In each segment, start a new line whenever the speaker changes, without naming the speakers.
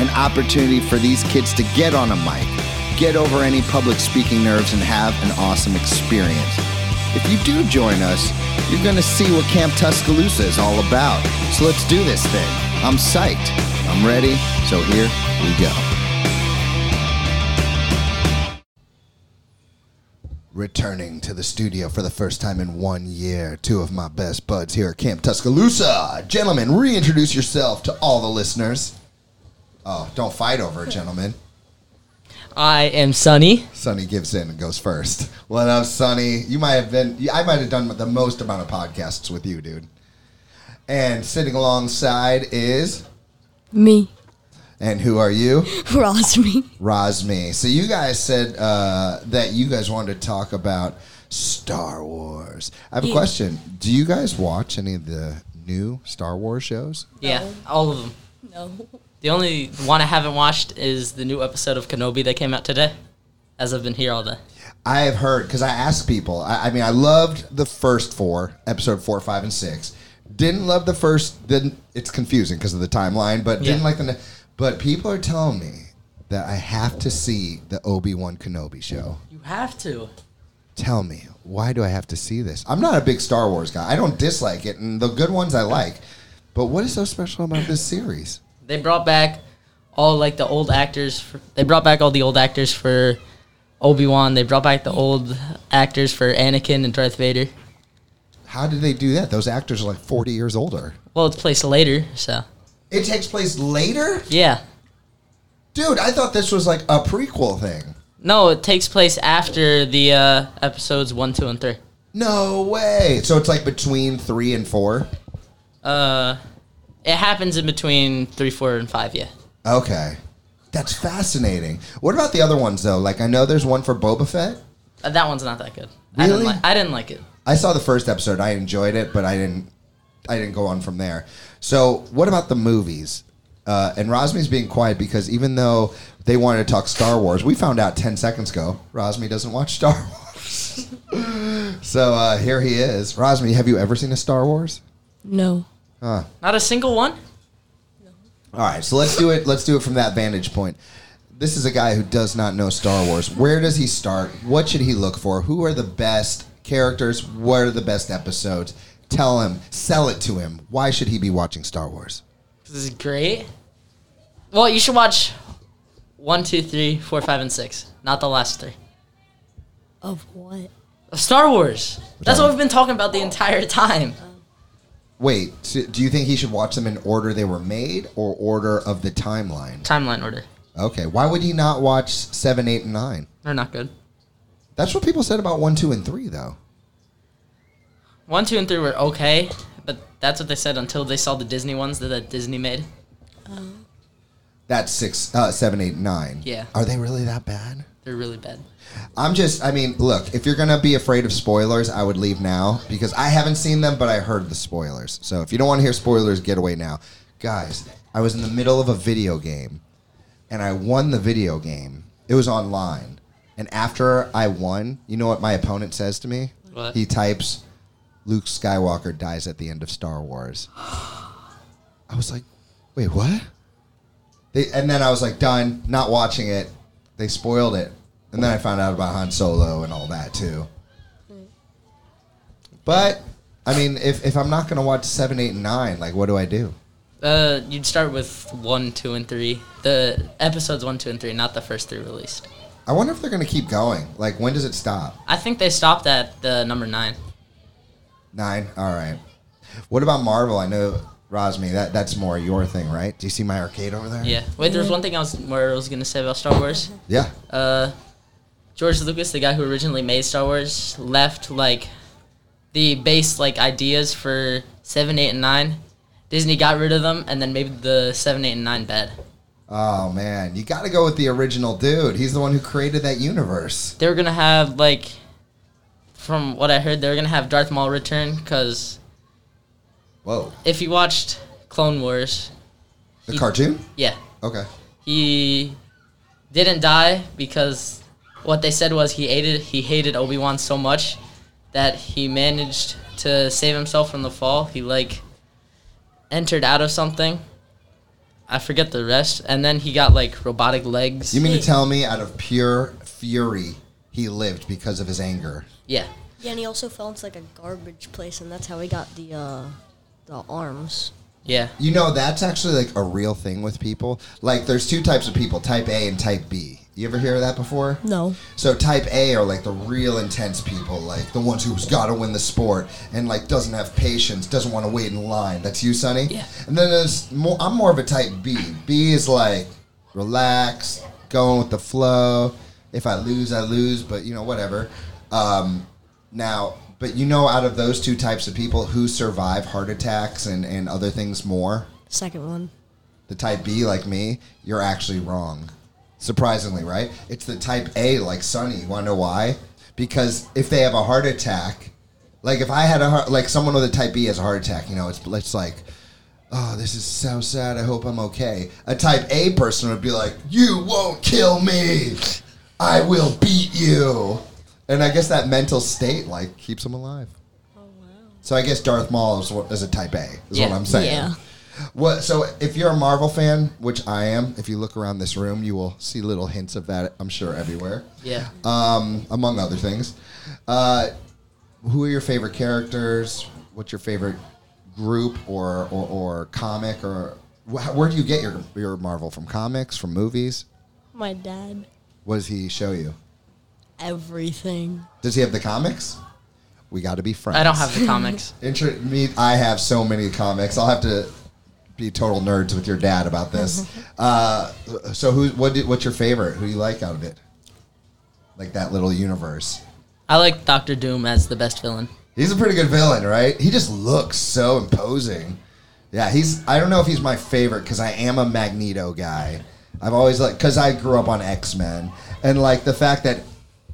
An opportunity for these kids to get on a mic, get over any public speaking nerves, and have an awesome experience. If you do join us, you're going to see what Camp Tuscaloosa is all about. So let's do this thing. I'm psyched. I'm ready. So here we go. Returning to the studio for the first time in one year, two of my best buds here at Camp Tuscaloosa. Gentlemen, reintroduce yourself to all the listeners. Oh, don't fight over it, gentlemen.
I am Sunny.
Sonny gives in and goes first. What up, Sonny? You might have been, I might have done the most amount of podcasts with you, dude. And sitting alongside is,
Me.
and who are you?
Rosmi.
Rosmi. So you guys said uh, that you guys wanted to talk about Star Wars. I have a
Yeah.
question. Do you guys watch any of the new Star Wars shows?
Yeah, all of them.
No.
The only one I haven't watched is the new episode of Kenobi that came out today, as I've been here all day.
I have heard because I asked people. I, I mean, I loved the first four, episode four, five, and six. Didn't love the first. Didn't. It's confusing because of the timeline, but didn't
Yeah.
like the. ne- But people are telling me that I have to see the Obi Wan Kenobi show.
You have to.
Tell me why do I have to see this? I'm not a big Star Wars guy. I don't dislike it, and the good ones I like. But what is so special about this series?
They brought back all like the old actors. For, they brought back all the old actors for Obi Wan. They brought back the old actors for Anakin and Darth Vader.
How did they do that? Those actors are like 40 years older.
Well, it's placed later, so
It takes place later,
yeah.
dude. I thought this was like a prequel thing.
No, it takes place after the uh, episodes one, two, and three.
No way. So it's like between three and four.
It happens in between three, four, and five. Yeah.
Okay, that's fascinating. What about the other ones though? Like I know there's one for Boba Fett.
Uh, That one's not that good. I didn't,
Really?
like. I didn't like it.
I saw the first episode. I enjoyed it, but I didn't. I didn't go on from there. So what about the movies? Uh, and Rosmi's being quiet because even though they wanted to talk Star Wars, we found out ten seconds ago Rosmi doesn't watch Star Wars. so uh, here he is. Rosmi, have you ever seen a Star Wars?
No.
Not a single one?
All right, so let's do it. Let's do it from that vantage point. This is a guy who does not know Star Wars. Where does he start? What should he look for? Who are the best characters? What are the best episodes? Tell him, sell it to him. Why should he be watching Star Wars?
This is great. Well, you should watch one, two, three, four, five, and 6. Not the last three.
Of what?
Star Wars. That's what we've been talking about the entire time.
Wait, so do you think he should watch them in order they were made or order of the timeline?
Timeline order.
Okay, why would he not watch 7, 8, and 9?
They're not good.
That's what people said about 1, 2, and 3, though.
1, 2, and 3 were okay, but that's what they said until they saw the Disney ones that, that Disney made.
That's six, uh, 7, 8, and 9.
Yeah.
Are they really that bad?
They're really bad.
I'm just, I mean, look, if you're going to be afraid of spoilers, I would leave now because I haven't seen them, but I heard the spoilers. So if you don't want to hear spoilers, get away now. Guys, I was in the middle of a video game and I won the video game. It was online. And after I won, you know what my opponent says to me?
What?
He types, Luke Skywalker dies at the end of Star Wars. I was like, wait, what? They, and then I was like, done, not watching it. They spoiled it. And then I found out about Han Solo and all that too. But, I mean, if, if I'm not going to watch 7, 8, and 9, like, what do I do?
Uh, you'd start with 1, 2, and 3. The episodes 1, 2, and 3, not the first three released.
I wonder if they're going to keep going. Like, when does it stop?
I think they stopped at the number 9.
Nine? All right. What about Marvel? I know, Rosmi, that, that's more your thing, right? Do you see my arcade over there?
Yeah. Wait, there's one thing I was, more I was going to say about Star Wars.
Yeah.
uh, George Lucas, the guy who originally made Star Wars, left like the base like ideas for seven, eight, and nine. Disney got rid of them, and then made the seven, eight, and nine bad.
Oh man, you got to go with the original dude. He's the one who created that universe.
They were gonna have like, from what I heard, they were gonna have Darth Maul return because
Whoa,
if you watched Clone Wars,
the cartoon.
yeah,
Okay.
he didn't die because what they said was he hated he hated Obi Wan so much that he managed to save himself from the fall. He like entered out of something. I forget the rest, and then he got like robotic legs.
You mean to tell me, out of pure fury, he lived because of his anger?
yeah,
Yeah, and he also fell into like a garbage place, and that's how he got the uh, the arms.
yeah,
You know, that's actually like a real thing with people. Like, there's two types of people: type A and type B. You ever hear of that before?
No.
So type A are like the real intense people, like the ones who's got to win the sport and like doesn't have patience, doesn't want to wait in line. That's you, Sonny.
Yeah.
And then there's more. I'm more of a type B. B is like relax, going with the flow. If I lose, I lose, but you know whatever. Um, now, but you know, out of those two types of people, who survive heart attacks and and other things more?
Second one.
the type B like me, you're actually wrong. Surprisingly, right? It's the type A like Sonny. You want to know why? Because if they have a heart attack, like if I had a heart, like someone with a type B has a heart attack, you know, it's, it's like, oh, this is so sad. I hope I'm okay. A type A person would be like, you won't kill me. I will beat you. And I guess that mental state like keeps them alive. So I guess Darth Maul is, what- is a type A, is
Yeah.
what I'm saying.
Yeah.
What? So, if you're a Marvel fan, which I am, if you look around this room, you will see little hints of that. I'm sure everywhere,
yeah.
um, among other things. Uh, who are your favorite characters? What's your favorite group or or, or comic or wh- where do you get your your Marvel from? Comics, from movies?
My dad.
What does he show you?
Everything.
Does he have the comics? We got to be friends.
I don't have the comics.
Inter- me, I have so many comics. I'll have to be total nerds with your dad about this. uh, so, who? What? Did, what's your favorite? Who do you like out of it? Like that little universe.
I like Doctor Doom as the best villain.
He's a pretty good villain, right? He just looks so imposing. Yeah, he's. I don't know if he's my favorite because I am a Magneto guy. I've always like because I grew up on X Men and like the fact that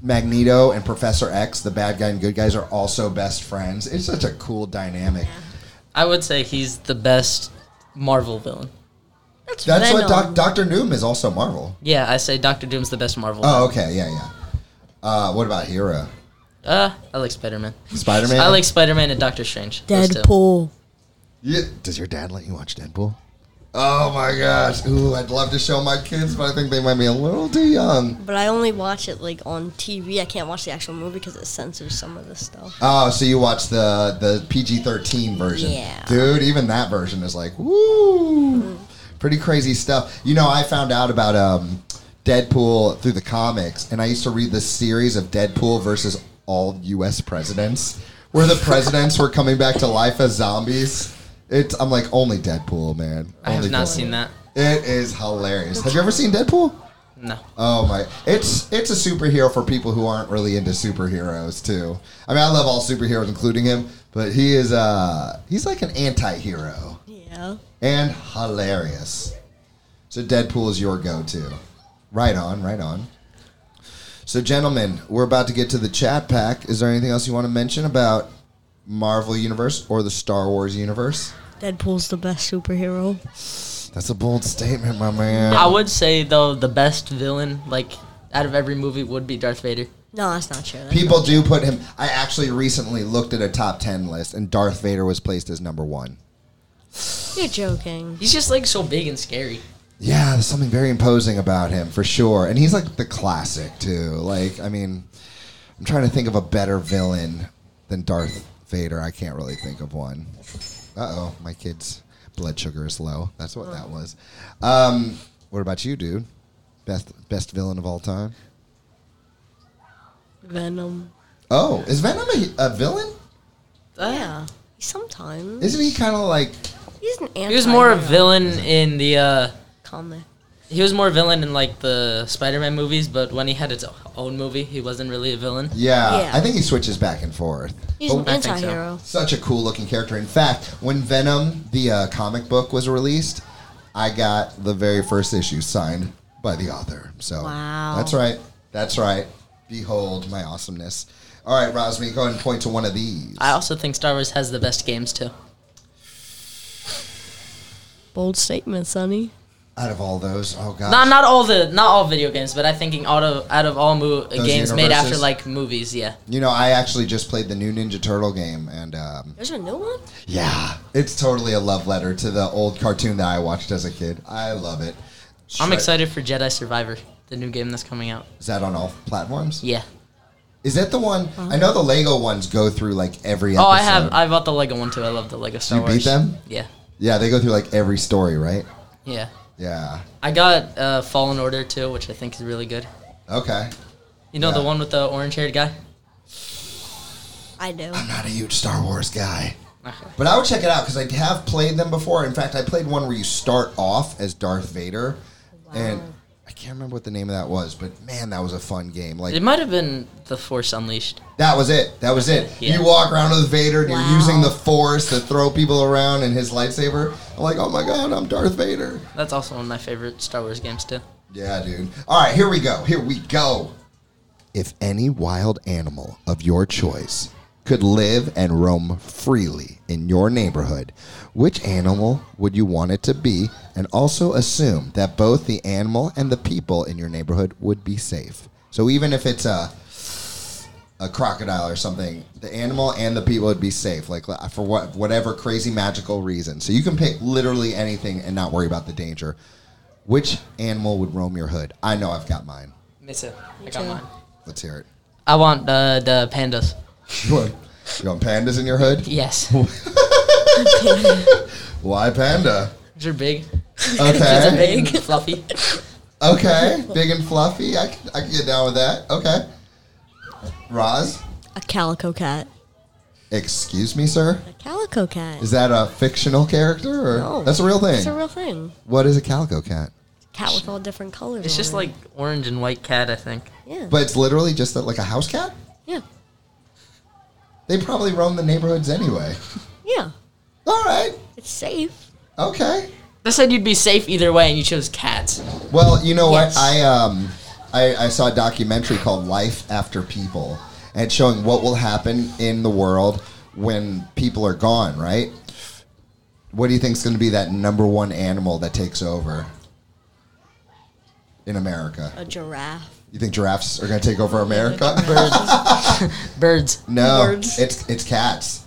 Magneto and Professor X, the bad guy and good guys, are also best friends. It's such a cool dynamic.
I would say he's the best Marvel villain.
That's what
Venom.
Doc, Doctor Doom is also Marvel.
Yeah, I say Doctor Doom's the best Marvel.
Oh, okay, yeah, yeah. Uh, what about Hero?
Uh, I like Spider Man.
Spider Man.
I like Spider Man and Doctor Strange. those two.
Deadpool.
Yeah. Does your dad let you watch Deadpool? Oh my gosh! Ooh, I'd love to show my kids, but I think they might be a little too young.
But I only watch it like on TV. I can't watch the actual movie because it censors some of the stuff.
Oh, so you watch the the PG thirteen version?
Yeah.
Dude, even that version is like, woo, pretty crazy stuff. You know, I found out about um, Deadpool through the comics, and I used to read this series of Deadpool versus all U.S. presidents, where the presidents were coming back to life as zombies. It's I'm like only Deadpool, man.
I have
Only
not
Deadpool.
seen that.
It is hilarious. Have you ever seen Deadpool?
No.
Oh my! It's it's a superhero for people who aren't really into superheroes too. I mean, I love all superheroes, including him, but he is uh he's like an anti-hero
Yeah.
and hilarious. So Deadpool is your go-to. Right on, right on. So, gentlemen, we're about to get to the chat pack. Is there anything else you want to mention about Marvel Universe or the Star Wars universe?
Deadpool's the best superhero.
That's a bold statement, my man.
I would say though the best villain, like out of every movie, would be Darth Vader.
No, that's not true. That's
People do put him. I actually recently looked at a top 10 list, and Darth Vader was placed as number one.
You're joking.
He's just like so big and scary.
Yeah, there's something very imposing about him, for sure. And he's like the classic, too. Like, I mean, I'm trying to think of a better villain than Darth Vader. I can't really think of one. Uh oh, my kid's blood sugar is low. That's what that was. Um, what about you, dude? Best, best villain of all time?
Venom.
Oh, is Venom a, a villain?
yeah. Sometimes.
Isn't he kind of like.
He's an anti
He was more a villain in the. uh
comic.
He was more villain in like the Spider-Man movies, but when he had his own movie, he wasn't really a villain.
Yeah,
Yeah.
I think he switches back and forth.
He's
But
an
I think so.
anti-hero.
such a cool looking character. In fact, when Venom the uh, comic book was released, I got the very first issue signed by the author. So
Wow.
that's right. That's right. Behold my awesomeness. All right, Rosmi, go ahead and point to one of these.
I also think Star Wars has the best games too.
Bold statement, Sonny.
Out of all those, oh god.
Not not all the not all video games, but I thinking out of out of all mo- uh, games made after
universes?
like movies, yeah.
You know, I actually just played the new Ninja Turtle game, and um,
There's a new one.
yeah, it's totally a love letter to the old cartoon that I watched as a kid. I love it.
I'm
Shre-
excited for Jedi Survivor, the new game that's coming out.
Is that on all platforms?
Yeah.
Is that the one? I know the Lego ones go through like every. Episode.
Oh, I have. I bought the Lego one too. I love the Lego Star
you beat
Wars.
them?
Yeah,
yeah, they go through like every story, right?
yeah.
Yeah.
I got uh, Fallen Order too, which I think is really good.
Okay.
You know the
Yeah.
one with the orange-haired guy?
I do.
I'm not a huge Star Wars guy. But I would check it out because I have played them before. In fact, I played one where you start off as Darth Vader, and I can't remember what the name of that was. But man, that was a fun game. Like
It might have been the Force Unleashed.
That was it. That was it.
Yeah.
You walk around with Vader and
Wow.
you're using the force to throw people around and his lightsaber. I'm like, oh my god, I'm Darth Vader.
That's also one of my favorite Star Wars games too.
Yeah, dude. All right, here we go. Here we go. If any wild animal of your choice could live and roam freely in your neighborhood, which animal would you want it to be? And also assume that both the animal and the people in your neighborhood would be safe. So even if it's a a crocodile or something, the animal and the people would be safe, like li- for what whatever crazy magical reason. So you can pick literally anything and not worry about the danger. Which animal would roam your hood? I know I've got mine.
Miss it. I
got
got
too.
mine.
mine.
Let's hear it.
I want uh, the pandas.
You want, you want pandas in your hood?
Yes,
Why panda?
they're big.
Okay.
Big, and fluffy.
Okay. Big and fluffy. I can, I can get down with that. Okay. Roz,
A calico cat.
excuse me, sir.
A calico cat.
Is that a fictional character or
No.
that's a real thing?
It's a real thing.
what is a calico cat?
Cat with all different colors.
It's
on
just
it.
like orange and white cat, I think.
yeah,
But it's literally just like a house cat.
yeah,
They probably roam the neighborhoods anyway.
yeah.
All right.
It's safe.
Okay.
They said you'd be safe either way, and you chose cats.
Well, you know
Yes.
what? I um, I, I saw a documentary called "Life After People," and showing what will happen in the world when people are gone. Right? What do you think is going to be that number one animal that takes over in America?
A giraffe.
You think giraffes are going to take over America?
Birds.
No,
Birds.
it's it's cats.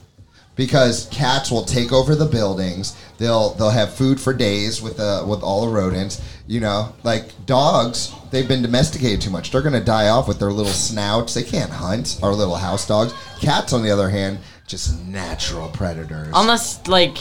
Because cats will take over the buildings. They'll they'll have food for days with the with all the rodents. You know, like dogs, they've been domesticated too much. They're gonna die off with their little snouts. They can't hunt. Our little house dogs. Cats, on the other hand, just natural predators.
Unless like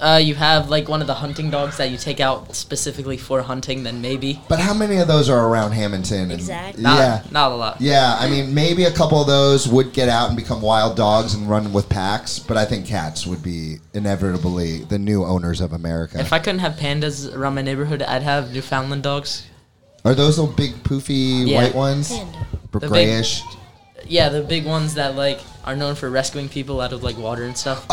uh, you have like one of the hunting dogs that you take out specifically for hunting, then maybe.
but how many of those are around Hamilton? and-
Exactly.
Not,
Yeah.
not a lot.
Yeah, I mean, maybe a couple of those would get out and become wild dogs and run with packs, but I think cats would be inevitably the new owners of America.
If I couldn't have pandas around my neighborhood, I'd have Newfoundland dogs.
Are those little big poofy
Yeah.
white ones?
Panda.
Or
The big-
grayish.
Yeah, the big ones that like are known for rescuing people out of like water and stuff.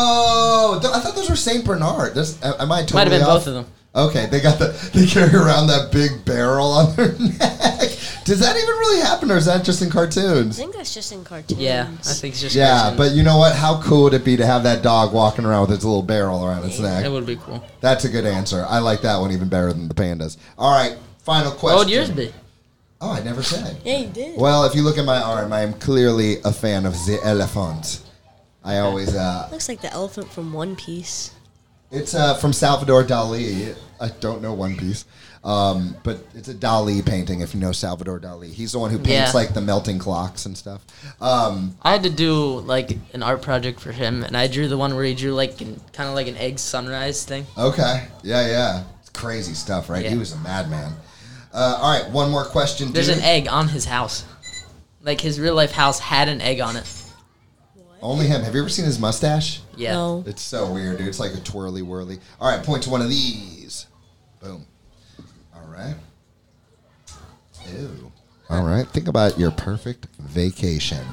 Oh, th- I thought those were Saint Bernard. This, a- am I totally
Might have been
off?
both of them.
Okay, they got the they carry around that big barrel on their neck. Does that even really happen, or is that just in
I
cartoons?
think that's just in cartoons.
Yeah, I think it's just
Yeah,
cartoons.
but you know what? How cool would it be to have that dog walking around with its little barrel around its
it
neck?
would be cool.
That's a good answer. I like that one even better than the pandas. All right, final question.
What would yours be?
Oh, I never said.
Yeah, you did.
Well, if you look at my arm, I am clearly a fan of the elephant. I always, uh,
Looks like the elephant from One Piece.
it's uh, from Salvador Dali. I don't know One Piece, um, but it's a Dali painting. If you know Salvador Dali, he's the one who paints
Yeah.
like the melting clocks and stuff. Um,
I had to do like an art project for him, and I drew the one where he drew like kind of like an egg sunrise thing.
okay, yeah, yeah, it's crazy stuff, right? He
Yeah.
was a madman. Uh, all right, one more question.
There's
dude.
an egg on his house. Like his real life house had an egg on it.
Only him. Have you ever seen his mustache?
Yeah.
No.
It's so weird, dude. It's like a twirly whirly. All right, point to one of these. Boom. All right. Ew. All right. Think about your perfect vacation.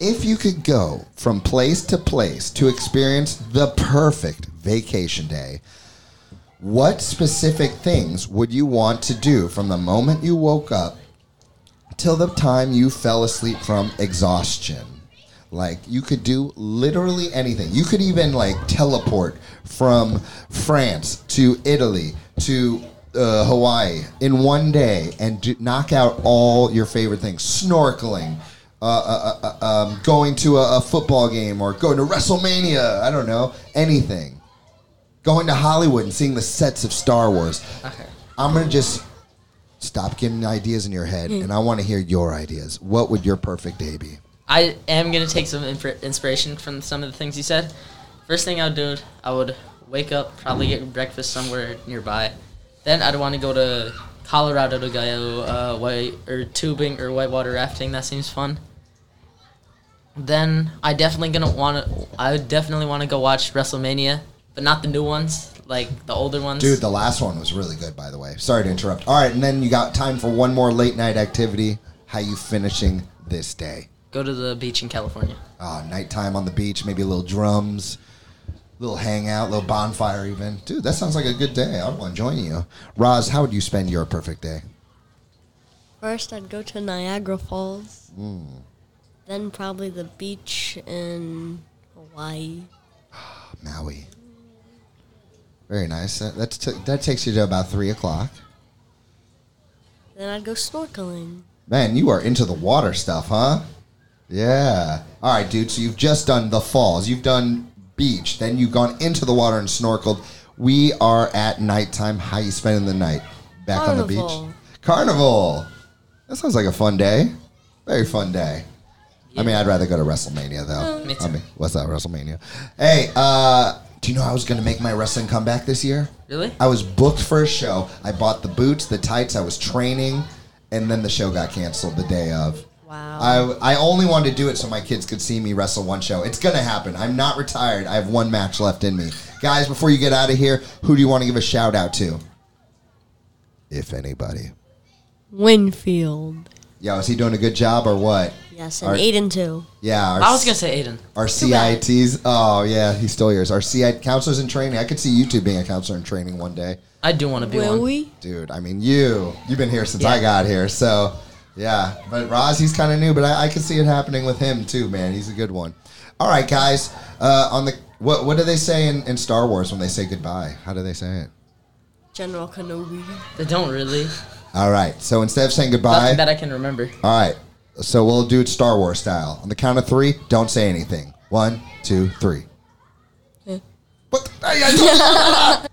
If you could go from place to place to experience the perfect vacation day, What specific things would you want to do from the moment you woke up till the time you fell asleep from exhaustion? Like you could do literally anything. You could even like teleport from France to Italy to uh, Hawaii in one day and do, knock out all your favorite things. Snorkeling, uh, uh, uh, um, going to a, a football game or going to WrestleMania. I don't know anything. Going to Hollywood and seeing the sets of Star Wars.
Okay.
I'm gonna just stop getting ideas in your head, and I want to hear your ideas. What would your perfect day be?
I am gonna take some inf- inspiration from some of the things you said. First thing I would do, I would wake up, probably get breakfast somewhere nearby. Then I'd want to go to Colorado to go uh, white or tubing or whitewater rafting. That seems fun. Then I definitely gonna want to. I would definitely want to go watch WrestleMania, but not the new ones, like the older ones.
Dude, the last one was really good, by the way. Sorry to interrupt. All right, and then you got time for one more late night activity. How you finishing this day?
go to the beach in California.
Uh, nighttime on the beach, maybe a little drums, little hangout, little bonfire, even. Dude, that sounds like a good day. I want to join you. Roz, how would you spend your perfect day?
First, I'd go to Niagara Falls.
Hmm.
Then probably the beach in Hawaii.
Maui. Very nice. That, that's t- that takes you to about three o'clock.
Then I'd go snorkeling.
Man, you are into the water stuff, huh? Yeah. All right, dude. So you've just done the falls. You've done beach. Then you've gone into the water and snorkeled. We are at nighttime. How you spending the night? Back on the
Carnival.
beach. Carnival. That sounds like a fun day. Very fun day. I mean, I'd rather go to WrestleMania though.
Me
I
too.
mean, what's that WrestleMania? Hey, uh, do you know I was gonna make my wrestling comeback this year?
Really?
I was booked for a show. I bought the boots, the tights. I was training, and then the show got canceled the day of.
Wow.
Oh.
I, I only wanted to do it so my kids could see me wrestle one show. It's gonna happen. I'm not retired. I have one match left in me. Guys, before you get out of here, who do you want to give a shout out to? If anybody.
Winfield.
Yo, is he doing a good job or what?
Yes, and
Our-
eight and two.
Yeah. Our
I was gonna say Aiden.
Our
Too bad.
CITs. Oh yeah, he stole yours. Our CI counselors in training. I could see you two being a counselor in training one day,
I do want to be
Will
one.
we?
dude. I mean, you you've been here since I
Yeah.
got here, so yeah. But Roz, he's kind of new, but I, I could see it happening with him too, man. He's a good one. All right, guys. Uh, on the what what do they say in, in Star Wars when they say goodbye? How do they say it?
General Kenobi.
They don't really.
All right. So instead of saying goodbye,
Nothing that I can remember.
All right. So we'll do it Star Wars style. On the count of three, don't say anything. One, two, three. What? the- Hey, I told you-